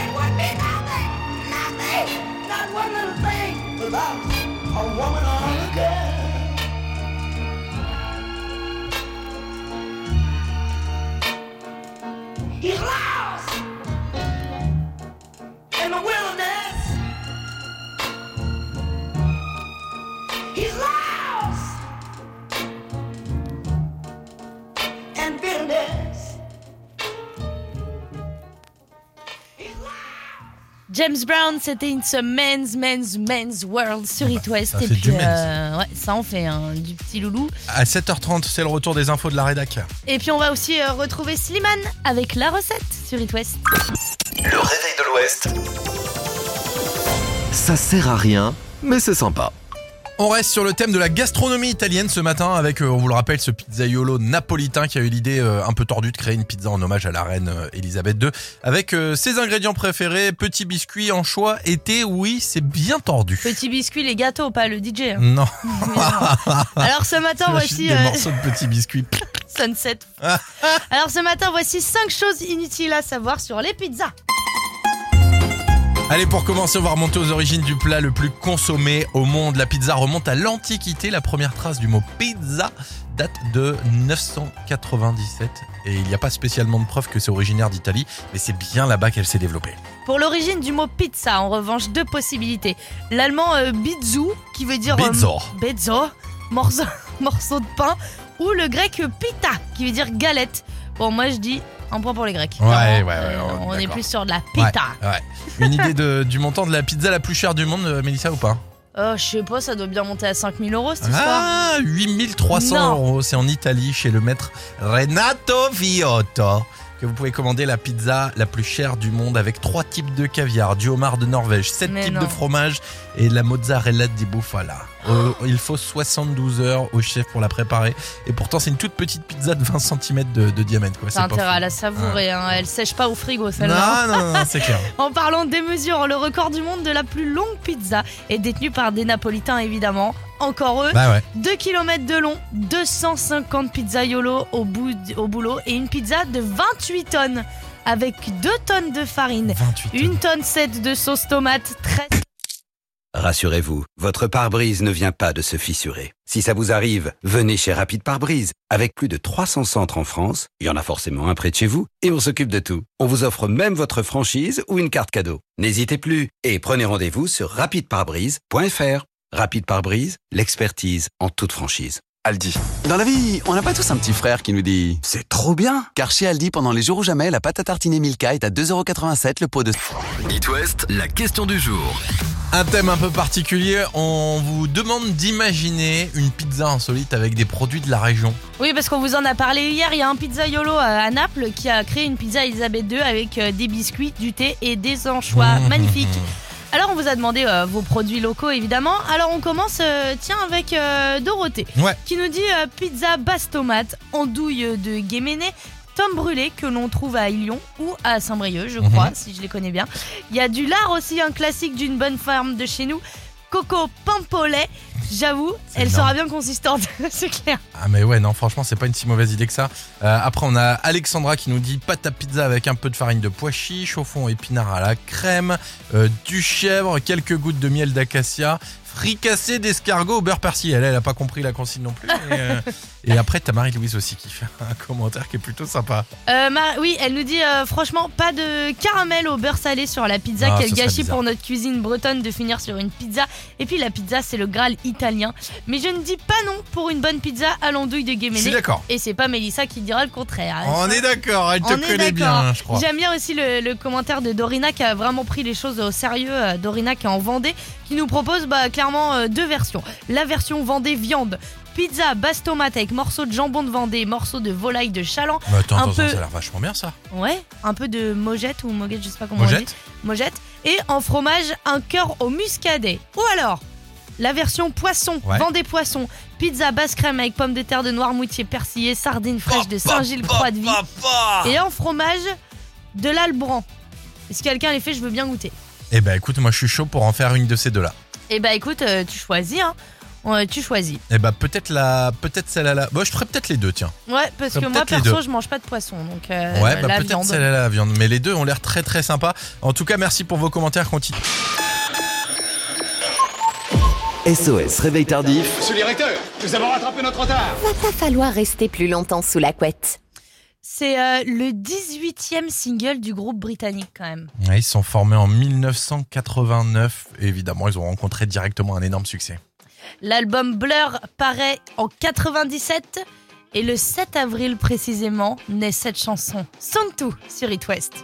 I: It would be nothing, nothing, not one little thing without a woman or a girl. He's lost in the wilderness. He's lost in bitterness. He's lost.
C: James Brown, c'était It's a Men's, Men's, Men's World sur It West.
B: Ah, ça
C: Et
B: fait
C: puis,
B: du men's.
C: euh, ouais, ça en fait hein, du petit loulou.
B: À 7h30, c'est le retour des infos de la rédac.
C: Et puis, on va aussi euh, retrouver Slimane avec la recette sur It West.
E: Le réveil de l'Ouest. Ça sert à rien, mais c'est sympa.
B: On reste sur le thème de la gastronomie italienne ce matin avec, euh, on vous le rappelle, ce pizzaiolo napolitain qui a eu l'idée euh, un peu tordue de créer une pizza en hommage à la reine euh, Elisabeth II avec euh, ses ingrédients préférés, petits biscuits, anchois, été, oui, c'est bien tordu.
C: Petit biscuit, les gâteaux, pas le DJ. hein.
B: Non,
C: Alors ce matin,
B: J'imagine
C: voici
B: des
C: euh,
B: morceaux de petits biscuits.
C: Sunset. Alors ce matin, voici 5 choses inutiles à savoir sur les pizzas.
B: Allez, pour commencer, on va remonter aux origines du plat le plus consommé au monde. La pizza remonte à l'Antiquité. La première trace du mot pizza date de 997. Et il n'y a pas spécialement de preuve que c'est originaire d'Italie, mais c'est bien là-bas qu'elle s'est développée.
C: Pour l'origine du mot pizza, en revanche, deux possibilités. L'allemand euh, bizu, qui veut dire euh,
B: Pizza.
C: Bezzo, morceau, morceau de pain, ou le grec euh, pita, qui veut dire galette. Bon, moi je dis un point pour les Grecs.
B: Ouais,
C: Clairement,
B: ouais, ouais,
C: euh,
B: on est
C: on est
B: d'accord.
C: plus sur de la pita.
B: Ouais. Une idée de- du montant de la pizza la plus chère du monde, euh, Mélissa, ou pas
C: Oh, je sais pas, ça doit bien monter à 5000 euros cette histoire.
B: Ah, 8300
C: Non.
B: euros. C'est en Italie, chez le maître Renato Viotto, que vous pouvez commander la pizza la plus chère du monde avec trois types de caviar, du homard de Norvège, sept
C: Mais
B: types
C: non.
B: de fromage et de la mozzarella di bufala. Euh, il faut 72 heures au chef pour la préparer. Et pourtant, c'est une toute petite pizza de 20 cm de, de diamètre. quoi. C'est
C: T'as
B: pas
C: intérêt
B: fou.
C: à la savourer, hein, elle sèche pas au frigo celle-là.
B: Non, non, non, c'est clair.
C: En parlant des mesures, le record du monde de la plus longue pizza est détenu par des Napolitains évidemment. Encore eux,
B: Bah ouais.
C: 2 km de long, 250 pizzaiolo au, bout, au boulot et une pizza de 28 tonnes avec 2 tonnes de farine,
B: 28
C: 1 tonne 7 de sauce tomate, 13
K: Rassurez-vous, votre pare-brise ne vient pas de se fissurer. Si ça vous arrive, venez chez Rapide Pare-Brise. Avec plus de 300 centres en France, il y en a forcément un près de chez vous, et on s'occupe de tout. On vous offre même votre franchise ou une carte cadeau. N'hésitez plus et prenez rendez-vous sur rapideparebrise.fr. Rapide Pare-Brise, l'expertise en toute franchise.
E: Aldi. Dans la vie, on n'a pas tous un petit frère qui nous dit C'est trop bien Car chez Aldi, pendant les jours ou jamais, la pâte à tartiner Milka est à 2,87€ le pot de.
H: It West, la question du jour.
B: Un thème un peu particulier, on vous demande d'imaginer une pizza insolite avec des produits de la région.
C: Oui, parce qu'on vous en a parlé hier, il y a un pizzaiolo à- à Naples qui a créé une pizza Elisabeth II avec euh, des biscuits, du thé et des anchois.
B: Mmh.
C: Magnifique. Alors on vous a demandé euh, vos produits locaux évidemment. Alors on commence euh, tiens avec euh, Dorothée
B: Ouais.
C: qui nous dit euh, pizza basse tomate, andouille de guéméné, Tom brûlé que l'on trouve à Lyon ou à Saint-Brieuc
B: Mmh.
C: je crois si je les connais bien. Il y a du lard aussi un classique d'une bonne farme de chez nous. Coco pampolet, j'avoue,
B: C'est
C: elle
B: énorme.
C: sera bien consistante, c'est clair.
B: Ah mais ouais, non, franchement, c'est pas une si mauvaise idée que ça. Euh, après, on a Alexandra qui nous dit pâte à pizza avec un peu de farine de pois chiche, au fond épinard à la crème, euh, du chèvre, quelques gouttes de miel d'acacia, fricassé d'escargot au beurre persil. Elle, elle a pas compris la consigne non plus. mais, euh, et après, t'as Marie-Louise aussi qui fait un commentaire qui est plutôt sympa.
C: Euh, Mar- oui, elle nous dit euh, franchement pas de caramel au beurre salé sur la pizza.
B: Ah,
C: Quel
B: ce serait
C: gâchis
B: bizarre.
C: pour notre cuisine bretonne de finir sur une pizza. Et puis la pizza, c'est le Graal italien. Mais je ne dis pas non pour une bonne pizza à l'andouille de
B: Je suis
C: Guéméné.
B: d'accord.
C: Et c'est pas Mélissa qui dira le contraire.
B: On est d'accord, elle te
C: Ah, On est
B: connaît bien,
C: d'accord.
B: je crois.
C: J'aime bien aussi le, le commentaire de Dorina qui a vraiment pris les choses au sérieux. euh, Dorina qui est en Vendée, qui nous propose bah, clairement euh, deux versions. La version Vendée viande, pizza basse tomate avec morceaux de jambon de Vendée, morceaux de volaille de Chaland.
B: Mais attends,
C: un
B: attends,
C: peu-
B: ça a l'air vachement bien ça.
C: Ouais, un peu de mojette ou mogette, je sais pas comment on
B: Mojette
C: dit. Mojette. Et en fromage, un cœur au muscadet. Ou alors, la version poisson,
B: Ouais.
C: Vendée poisson, pizza basse crème avec pommes de terre de Noirmoutier persillées, sardines fraîches de Saint-Gilles-Croix-de-Vie. Et en fromage, de l'albran. Si quelqu'un les fait, je veux bien goûter.
B: Eh ben écoute, moi je suis chaud pour en faire une de ces deux-là.
C: Et bah écoute, euh, tu choisis, hein. Ouais, tu choisis.
B: Eh ben peut-être la, peut-être celle à la. Bon, je ferais peut-être les deux, tiens.
C: Ouais, parce
B: Comme
C: que moi,
B: peut-être les
C: perso,
B: deux.
C: je mange pas de poisson. Donc, euh,
B: ouais, bah
C: la
B: peut-être
C: viande.
B: celle à la viande. Mais les deux ont l'air très très sympas. En tout cas, merci pour vos commentaires. Continue.
E: SOS, réveil tardif.
H: Monsieur le directeur, nous avons rattrapé notre retard.
A: Va pas falloir rester plus longtemps sous la couette.
C: C'est euh, le 18e single du groupe britannique, quand même.
B: Ouais, ils sont formés en 1989. Et évidemment, ils ont rencontré directement un énorme succès.
C: L'album Blur paraît en 97 et le 7 avril précisément naît cette chanson Santu sur It West.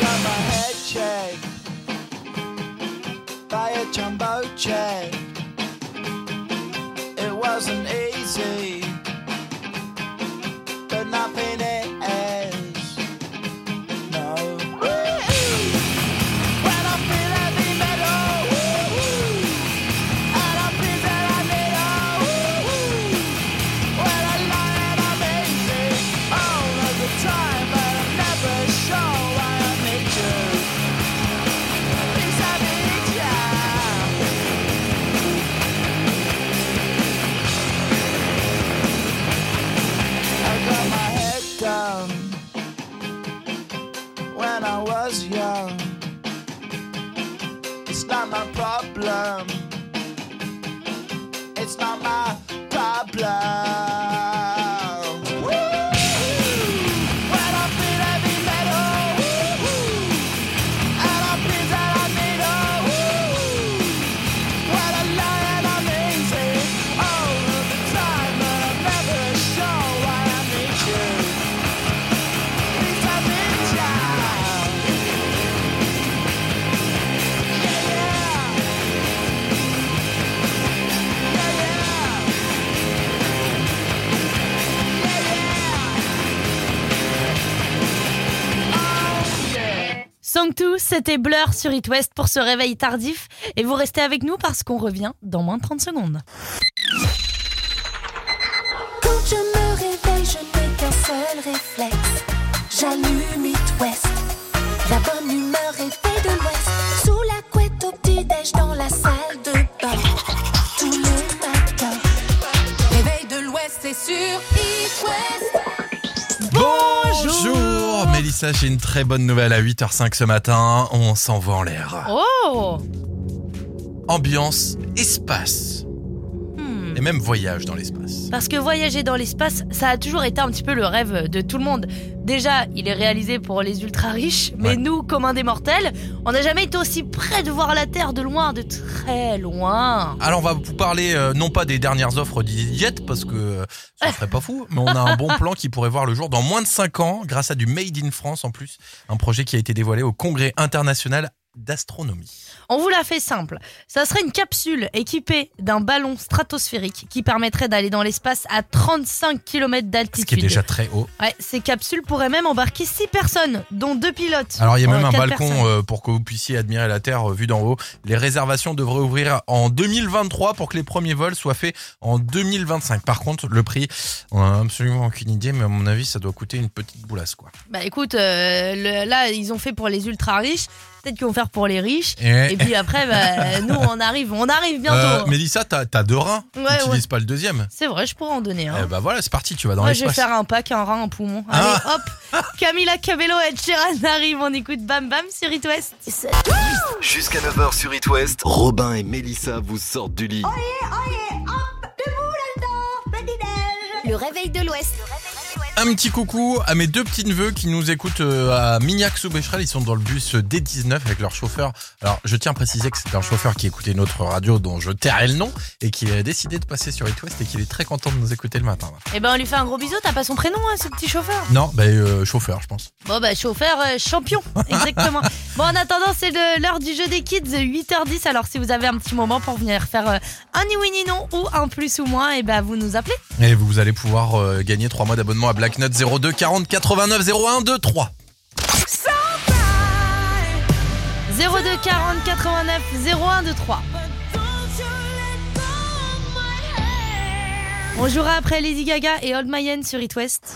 L: Got my head checked by a jumbo jet.
I: wasn't easy, but nothing is. No. When I feel heavy metal, and I feel that I need a. When I lie and I'm easy all of the time, but I'm never sure why I need you. Please, I need you. I got my head down when I was young. It's not my problem. It's not my problem. Woo! When I feel heavy metal, woo-hoo, and I feel that I need a woo-hoo. When I lie and I'm easy all of the time, but I'm never sure why I need you. Please, I need you.
C: Sanctus, c'était Blur sur It West pour ce réveil tardif. Et vous restez avec nous parce qu'on revient dans moins de 30 secondes.
F: Quand je me réveille, je n'ai qu'un seul réflexe. J'allume It West. La bonne humeur est faite de l'Ouest. Sous la couette au petit-déj dans la salle de bain. Tous les matins. Réveil de l'Ouest, c'est sûr. It West.
B: Bonjour Mélissa, j'ai une très bonne nouvelle à 8h05 ce matin, on s'envoie en l'air.
C: Oh
B: Ambiance, espace
C: Hmm.
B: et même voyage dans l'espace.
C: Parce que voyager dans l'espace, ça a toujours été un petit peu le rêve de tout le monde. Déjà, il est réalisé pour les ultra riches, mais nous, communs des mortels, on n'a jamais été aussi près de voir la Terre de loin, de très loin.
B: Alors on va vous parler euh, non pas des dernières offres d'EasyJet parce que euh, ça serait pas fou, mais on a un bon plan qui pourrait voir le jour dans moins de 5 ans grâce à du Made in France en plus, un projet qui a été dévoilé au Congrès international d'astronomie.
C: On vous la fait simple. Ça serait une capsule équipée d'un ballon stratosphérique qui permettrait d'aller dans l'espace à 35 km d'altitude.
B: Ce qui est déjà très haut.
C: Ouais, ces capsules pourraient même embarquer 6 personnes, dont deux pilotes.
B: Alors il y a
C: Euh,
B: même un
C: quatre
B: balcon
C: personnes.
B: euh, pour que vous puissiez admirer la Terre euh, vue d'en haut. Les réservations devraient ouvrir en 2023 pour que les premiers vols soient faits en 2025. Par contre, le prix, on a absolument aucune idée, mais à mon avis, ça doit coûter une petite boulasse quoi.
C: Bah écoute, euh, le- là, ils ont fait pour les ultra riches. Peut-être qu'ils vont faire pour les riches.
B: Et-
C: Et puis après, bah, nous, on arrive. On arrive bientôt.
B: Euh, Mélissa, t'as t'as deux reins.
C: Ouais,
B: Utilise
C: ouais.
B: pas le deuxième.
C: C'est vrai, je pourrais en donner un.
B: Eh bah voilà, c'est parti, tu vas dans
C: Moi, je vais
B: l'espace. Ah.
C: faire un pack, un rein, un poumon. Allez, hop Camila Cabello et Sheeran arrivent, on écoute Bam Bam sur It West.
M: Jusqu'à 9h sur It West, Robin et Mélissa vous sortent du lit.
A: Le réveil de l'Ouest.
B: Un petit coucou à mes deux petits neveux qui nous écoutent euh, à Mignac sous Bécherel. Ils sont dans le bus euh, D19 avec leur chauffeur. Alors, je tiens à préciser que c'est un chauffeur qui écoutait notre radio dont je tairai le nom et qui a décidé de passer sur It West et qu'il est très content de nous écouter le matin. là.
C: Eh ben, on lui fait un gros bisou, t'as pas son prénom, hein, ce petit chauffeur
B: Non, bah, euh, chauffeur, je pense.
C: Bon, bah, chauffeur euh, champion, exactement. bon, en attendant, c'est le- l'heure du jeu des kids, 8h10. Alors, si vous avez un petit moment pour venir faire euh, un ni oui ni non ou un plus ou moins, et ben, vous nous appelez.
B: Et vous allez pouvoir euh, gagner 3 mois d'abonnement à Black Note 02 40 89 01 23.
C: 02 40 89 01 23. On jouera après Lady Gaga et Old Mayenne sur It West.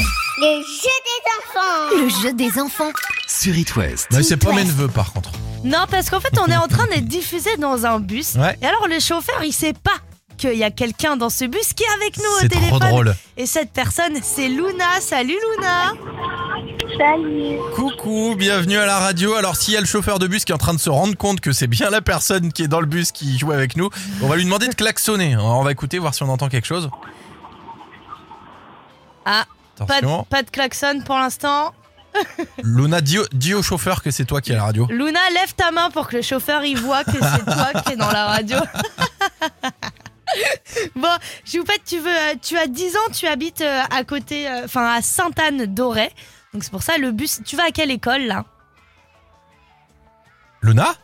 A: Le jeu des enfants. Le jeu des enfants.
B: Sur It West. Mais c'est pas mes neveux, par contre.
C: Non, parce qu'en fait, on est en train d'être diffusé dans un bus.
B: Ouais.
C: Et alors, le chauffeur, il sait pas qu'il y a quelqu'un dans ce bus qui est avec nous
B: C'est
C: au
B: trop
C: téléphone.
B: drôle.
C: Et cette personne, c'est Luna. Salut Luna.
D: Salut.
B: Coucou, bienvenue à la radio. Alors s'il y a le chauffeur de bus qui est en train de se rendre compte que c'est bien la personne qui est dans le bus qui joue avec nous, on va lui demander de klaxonner. Alors, on va écouter, voir si on entend quelque chose.
C: Ah, pas
B: Attention.
C: de, pas de klaxon pour l'instant.
B: Luna, dis, au- dis au chauffeur que c'est toi qui es à la radio.
C: Luna, lève ta main pour que le chauffeur y voit que c'est toi qui es dans la radio. bon, Joupette, tu, veux, euh, tu as 10 ans, tu habites euh, à côté, euh, enfin à Sainte-Anne-d'Auray. Donc c'est pour ça le bus. Tu vas à quelle école là
B: Luna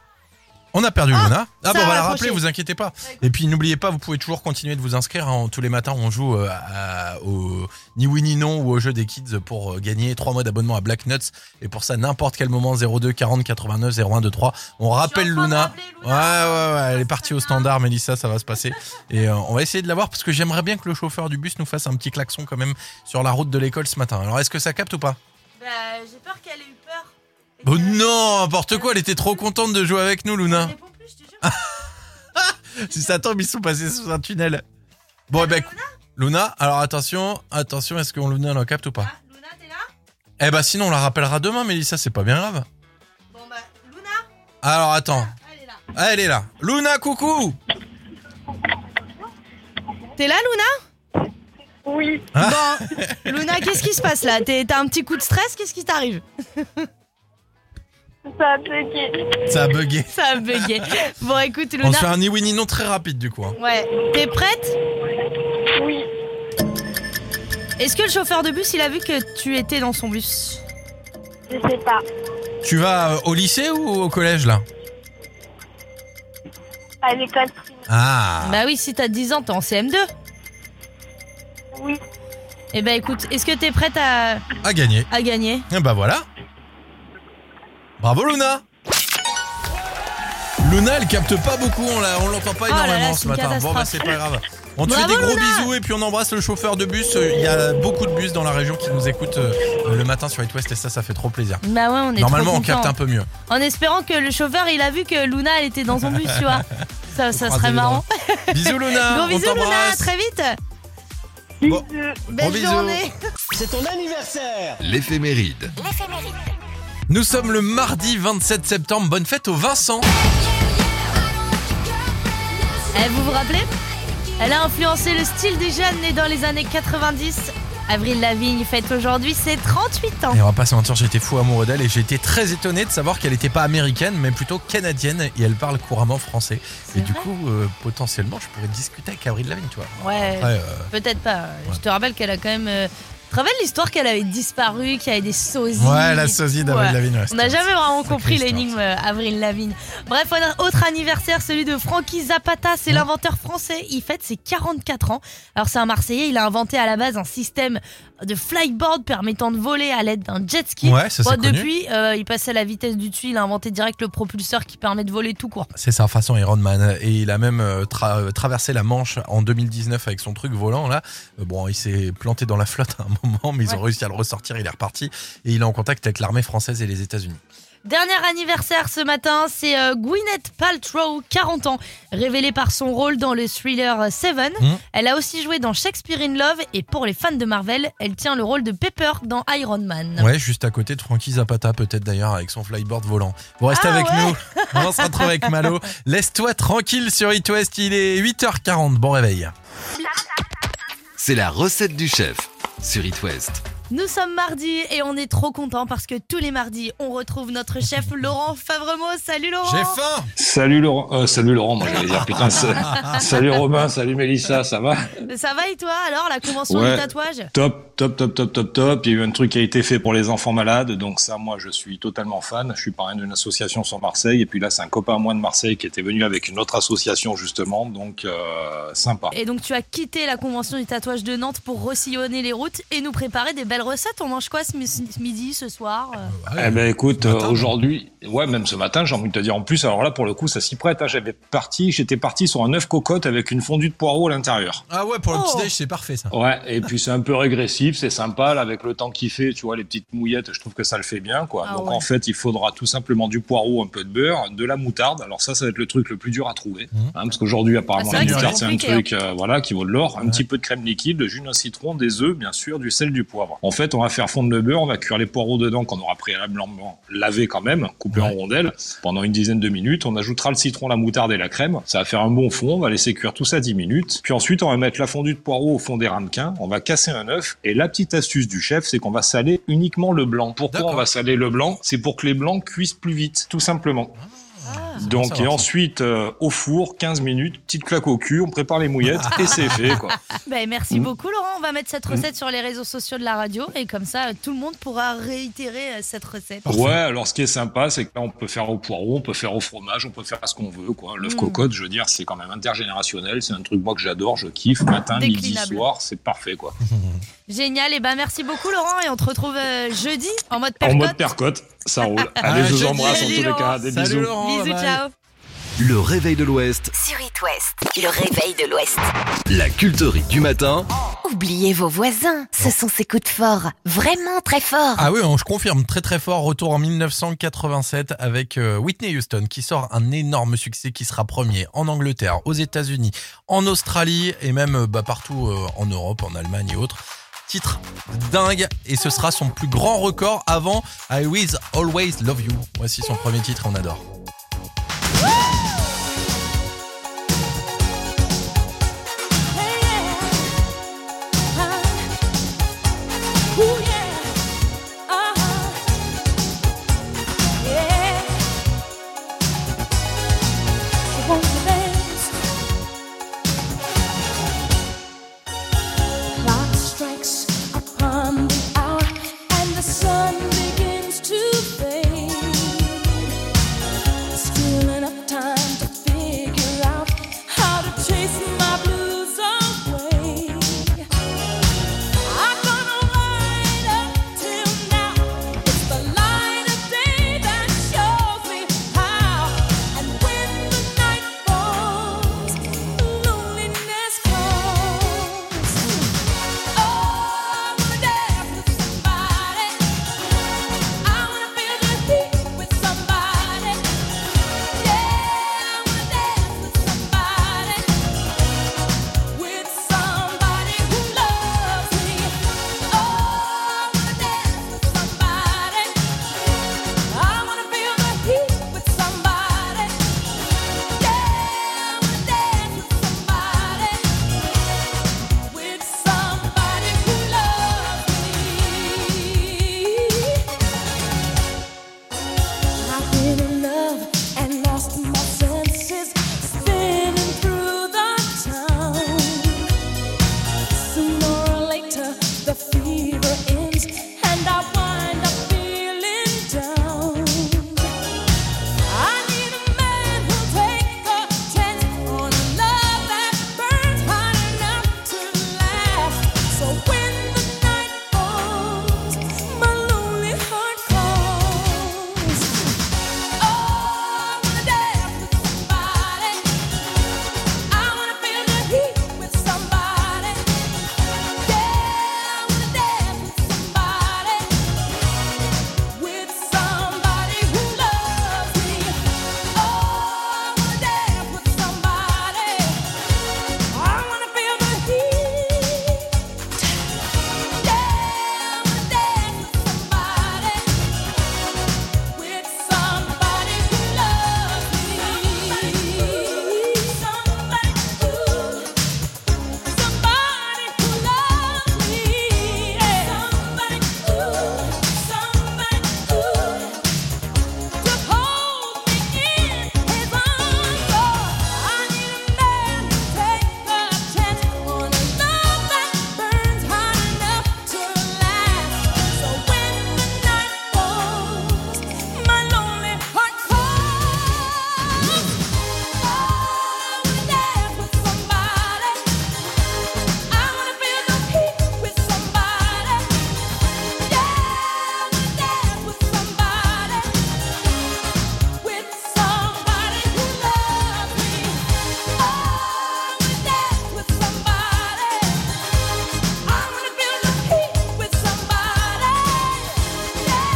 B: On a perdu Luna. Ah
C: ça
B: bon, on va
C: a
B: la
C: raccroché.
B: rappeler, vous inquiétez pas. Et puis n'oubliez pas, vous pouvez toujours continuer de vous inscrire. hein. Tous les matins, on joue euh, à- au ni oui ni non ou au jeu des kids pour euh, gagner 3 mois d'abonnement à Black Nuts. Et pour ça, n'importe quel moment, 02 40 89 01 23. On rappelle Luna. hein? Ouais, ouais, ouais, elle est partie au standard, Mélissa, ça va se passer. Et euh, on va essayer de la voir parce que j'aimerais bien que le chauffeur du bus nous fasse un petit klaxon quand même sur la route de l'école ce matin. Alors est-ce que ça capte ou pas
C: Bah, j'ai peur qu'elle ait eu peur.
B: Oh non, n'importe quoi, elle était trop contente de jouer avec nous, Luna. Ah, si ça tombe, ils sont passés sous un tunnel. Bon, eh ben, écou- Luna, alors attention, attention, est-ce qu'on Luna la capte ou pas Luna, t'es là Eh ben, sinon, on la rappellera demain, Mélissa, c'est pas bien grave.
C: Bon bah, Luna,
B: Alors, attends. Ah, elle est là. Luna, coucou
C: t'es là, Luna Oui.
B: Ah.
C: Bon, Luna, qu'est-ce qui se passe là T'es- T'as un petit coup de stress Qu'est-ce qui t'arrive Ça a bugué.
B: Ça a bugué.
C: Ça a bugué. Bon, écoute, Luna.
B: On se fait un ni oui ni non très rapide, du coup. hein.
C: Ouais. T'es prête Oui. Est-ce que le chauffeur de bus, il a vu que tu étais dans son bus Je sais pas.
B: Tu vas euh, au lycée ou au collège, là
C: À l'école.
B: Ah
C: Bah oui, si t'as 10 ans, t'es en CM2. Oui. Eh ben écoute, est-ce que t'es prête à,
B: À gagner.
C: à gagner
B: Et bah voilà. Bravo, Luna Luna, elle capte pas beaucoup, on la- on l'entend pas
C: Oh là là,
B: énormément
C: c'est
B: ce
C: une
B: matin. Bon, bah,
C: catastrophe.
B: c'est pas grave. On te
C: Bravo,
B: fait des gros
C: Luna.
B: bisous et puis on embrasse le chauffeur de bus. Euh, Il y a beaucoup de bus dans la région qui nous écoutent euh, le matin sur It West et ça, ça fait trop plaisir.
C: Bah ouais, on est
B: Normalement,
C: trop
B: on capte
C: contents.
B: un peu mieux.
C: En espérant que le chauffeur, il a vu que Luna, elle était dans son bus, tu vois. Ça, ça
B: croisez
C: serait
B: les
C: marrant.
B: Bisous, Luna.
C: Gros
B: on
C: bisous, Luna, à
B: t'embrasse.
C: très vite.
B: Bon,
C: Belle
B: gros bisous.
C: journée.
L: C'est ton anniversaire
B: L'éphéméride. Nous sommes le mardi 27 septembre. Bonne fête au Vincent.
C: Eh, vous vous rappelez Elle a influencé le style des jeunes nés dans les années 90. Avril Lavigne fête aujourd'hui ses 38 ans.
B: Et on va pas se mentir, j'étais fou amoureux d'elle et j'étais très étonné de savoir qu'elle n'était pas américaine, mais plutôt canadienne et elle parle couramment français. Et du coup, euh, potentiellement, je pourrais discuter avec Avril Lavigne, tu vois.
C: Ouais,
B: Après, euh,
C: peut-être pas. Je te rappelle qu'elle a quand même. euh, Tu te rappelles l'histoire qu'elle avait disparu, qu'il y avait des sosies
B: Ouais, la
C: et
B: sosie
C: tout,
B: d'Avril
C: ouais.
B: Lavigne, ouais,
C: On
B: c'était
C: n'a jamais vraiment compris
B: histoire.
C: l'énigme euh, Avril Lavigne. Bref, un autre anniversaire, celui de Frankie Zapata. C'est l'inventeur français. Il fête ses 44 ans. Alors, c'est un Marseillais. Il a inventé à la base un système de flyboard permettant de voler à l'aide d'un jet ski.
B: Ouais, ça,
C: Bon,
B: c'est connu.
C: Depuis, euh, il passait à la vitesse du dessus. Il a inventé direct le propulseur qui permet de voler tout court.
B: C'est sa façon Iron Man. Et il a même euh, tra- euh, traversé la Manche en 2019 avec son truc volant là. Euh, Bon, il s'est planté dans la flotte à un moment, mais ils ont réussi à le ressortir. Il est reparti et il est en contact avec l'armée française et les États-Unis.
C: Dernier anniversaire ce matin, c'est euh, Gwyneth Paltrow, 40 ans, révélée par son rôle dans le thriller euh, Seven.
B: Mm.
C: Elle a aussi joué dans Shakespeare in Love et pour les fans de Marvel, elle tient le rôle de Pepper dans Iron Man.
B: Ouais, juste à côté de Frankie Zapata, peut-être d'ailleurs, avec son flyboard volant. Vous restez
C: Ah
B: avec
C: ouais
B: nous. On se retrouve avec Malo. Laisse-toi tranquille sur It West. Il est 8h40. Bon réveil.
M: C'est la recette du chef sur It West.
C: Nous sommes mardi et on est trop contents parce que tous les mardis, on retrouve notre chef Laurent Favremo. Salut Laurent
B: faim
G: Salut Laurent, euh, salut Laurent, moi j'allais dire putain, sa- salut Robin, salut Mélissa, ça va
C: Ça va et toi alors, la convention
G: Ouais.
C: du tatouage
G: Top, top, top, top, top, top. Il y a eu un truc qui a été fait pour les enfants malades, donc ça, moi, je suis totalement fan. Je suis parrain d'une association sur Marseille, et puis là, c'est un copain à moi de Marseille qui était venu avec une autre association justement, donc euh, sympa.
C: Et donc tu as quitté la convention du tatouage de Nantes pour ressillonner les routes et nous préparer des belles recettes. On mange quoi ce mi- ce midi, ce soir euh
B: Ah
G: eh ben écoute, euh, aujourd'hui, ouais, même ce matin, j'ai envie de te dire en plus. Alors là, pour le coup, ça s'y prête. hein. J'avais parti, j'étais parti sur un œuf cocotte avec une fondue de poireaux à l'intérieur.
B: Ah ouais, pour le
C: Oh.
B: petit déj, c'est parfait ça.
G: Ouais, et puis c'est un peu régressif, c'est sympa, là, avec le temps qu'il fait, tu vois, les petites mouillettes, je trouve que ça le fait bien, quoi.
C: Ah
G: Donc
C: ouais.
G: en fait, il faudra tout simplement du poireau, un peu de beurre, de la moutarde. Alors ça, ça va être le truc le plus dur à trouver, hein, parce qu'aujourd'hui, apparemment,
C: Ah, c'est vrai
G: la
C: que
G: moutarde,
C: c'est
G: c'est un
C: compliqué, hein.
G: truc, euh, voilà, qui vaut de l'or. Un petit peu de crème liquide, de jus d'un citron, des œufs, bien sûr, du sel, du poivre. En fait, on va faire fondre le beurre, on va cuire les poireaux dedans, qu'on aura préalablement lavé quand même, coupé en rondelles, pendant une dizaine de minutes. On ajoutera le citron, la moutarde et la crème. Ça va faire un bon fond, on va laisser cuire tout ça 10 minutes. Puis ensuite, on va mettre la fondue de poireaux au fond des ramequins, on va casser un œuf. Et la petite astuce du chef, c'est qu'on va saler uniquement le blanc. Pourquoi on va saler le blanc C'est pour que les blancs cuisent plus vite, tout simplement.
B: c'est bon à
G: Donc, et
B: savoir, ça.
G: ensuite, euh, au four, 15 minutes, petite claque au cul, on prépare les mouillettes et c'est fait, quoi.
C: Ben, merci
G: Mm.
C: beaucoup Laurent, on va mettre cette recette sur les réseaux sociaux de la radio et comme ça euh, tout le monde pourra réitérer euh, cette recette.
G: Ouais, alors ce qui est sympa, c'est que là, on peut faire au poireau, on peut faire au fromage, on peut faire ce qu'on veut, quoi. L'œuf
C: Mm.
G: cocotte, je veux dire, c'est quand même intergénérationnel, c'est un truc, moi, que j'adore, je kiffe, matin, midi,
C: Déclinable.
G: soir, c'est parfait, quoi.
C: Génial, et ben merci beaucoup Laurent et on te retrouve euh, jeudi en mode
G: En
C: percote.
G: mode percote, ça roule. Allez,
C: Ah,
G: je vous embrasse en tous
C: Salut,
G: les cas,
C: Laurent.
G: des
C: Salut,
G: bisous.
B: Oh,
C: Laurent. Bisous, ciao.
E: Le réveil de l'Ouest,
A: Sur It West, le réveil de l'Ouest.
E: la culterie du matin.
A: Oubliez vos voisins, ce sont ces coups de fort, vraiment très forts.
B: Ah oui, on- je confirme, très très fort, retour en 1987 avec euh, Whitney Houston qui sort un énorme succès qui sera premier en Angleterre, aux États-Unis, en Australie et même euh, bah, partout euh, en Europe, en Allemagne et autres. Titre dingue et ce sera son plus grand record avant I Will Always Love You. Voici son premier titre, on adore.
F: Clock strikes upon the hour, and the sun begins to fade.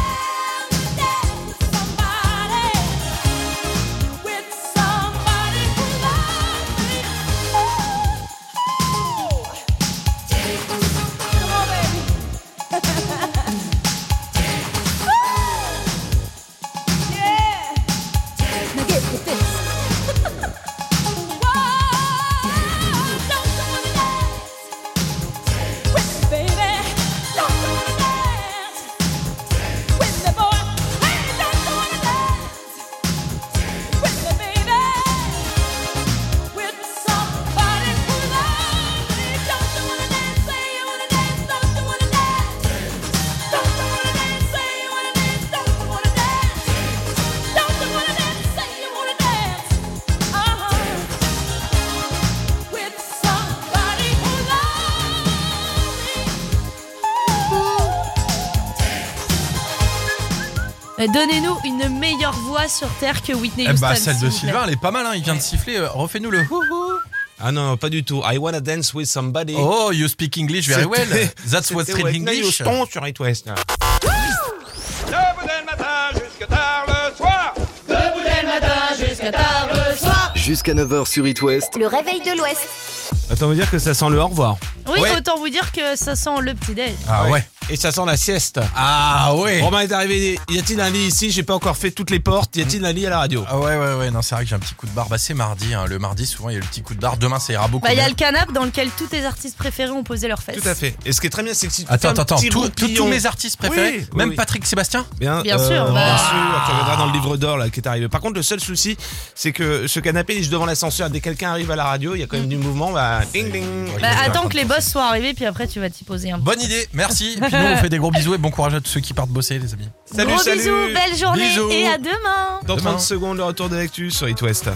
I: Oh, Oh,
C: Euh, Donnez-nous une meilleure voix sur Terre que Whitney
B: Eh
C: Houston.
B: bah, celle
C: s'il
B: de
C: vous plaît.
B: Sylvain, elle est pas mal, hein. Il vient de siffler. euh, Refais-nous le houhou.
N: Ah non, pas du tout. I wanna dance with somebody.
B: Oh, you speak English very well.
N: C'était-
B: That's what's
N: c'était
B: real
N: Whitney
B: English.
N: Houston sur It West.
L: Debout dès le matin jusqu'à tard le soir. Debout dès le matin jusqu'à tard le soir.
M: Jusqu'à 9h sur It West.
A: Le réveil de l'Ouest.
N: Attends, on veut dire que ça sent le au revoir.
C: Oui,
N: Ouais.
C: autant vous dire que ça sent le petit déj.
B: Ah ouais.
N: Et ça sent la sieste. Ah ouais. Romain est arrivé. Y a-t-il un lit ici J'ai pas encore fait toutes les portes. Y a-t-il un lit à la radio
B: Ah ouais, ouais, ouais. Non, c'est vrai que j'ai un petit coup de barre. Bah, c'est mardi. hein. Le mardi, souvent, il y a le petit coup de barre. Demain, ça ira beaucoup
C: Bah, il y a
B: mieux.
C: le canapé dans lequel tous tes artistes préférés ont posé leurs fesses.
N: Tout à fait. Et ce qui est très bien, c'est que si tu
B: Attends,
N: fais
B: attends,
N: un
B: attends.
N: petit
B: Tous- tous-
N: roupillon-
B: tous mes artistes préférés
N: Oui, oui,
B: Même
N: oui.
B: Patrick Sébastien
N: Bien,
B: Bien
N: euh,
B: sûr, bah.
N: bien sûr, tu regarderas dans le livre d'or là qui est arrivé. Par contre, le seul souci, c'est que ce canapé il est devant l'ascenseur. Dès que quelqu'un arrive à la radio, il y a quand même du mouvement. Bah, ding ding.
C: Bah, attends que les boss soient arrivés, puis après tu vas t'y poser un peu.
B: Bonne idée. Merci. Puis nous, on fait des gros bisous et bon courage à tous ceux qui partent bosser, les amis.
N: Salut,
C: Gros
N: salut.
C: bisous, belle journée
N: Bisous.
C: et à demain.
N: Dans
B: Demain.
N: 30 secondes, le retour de l'actu sur It West.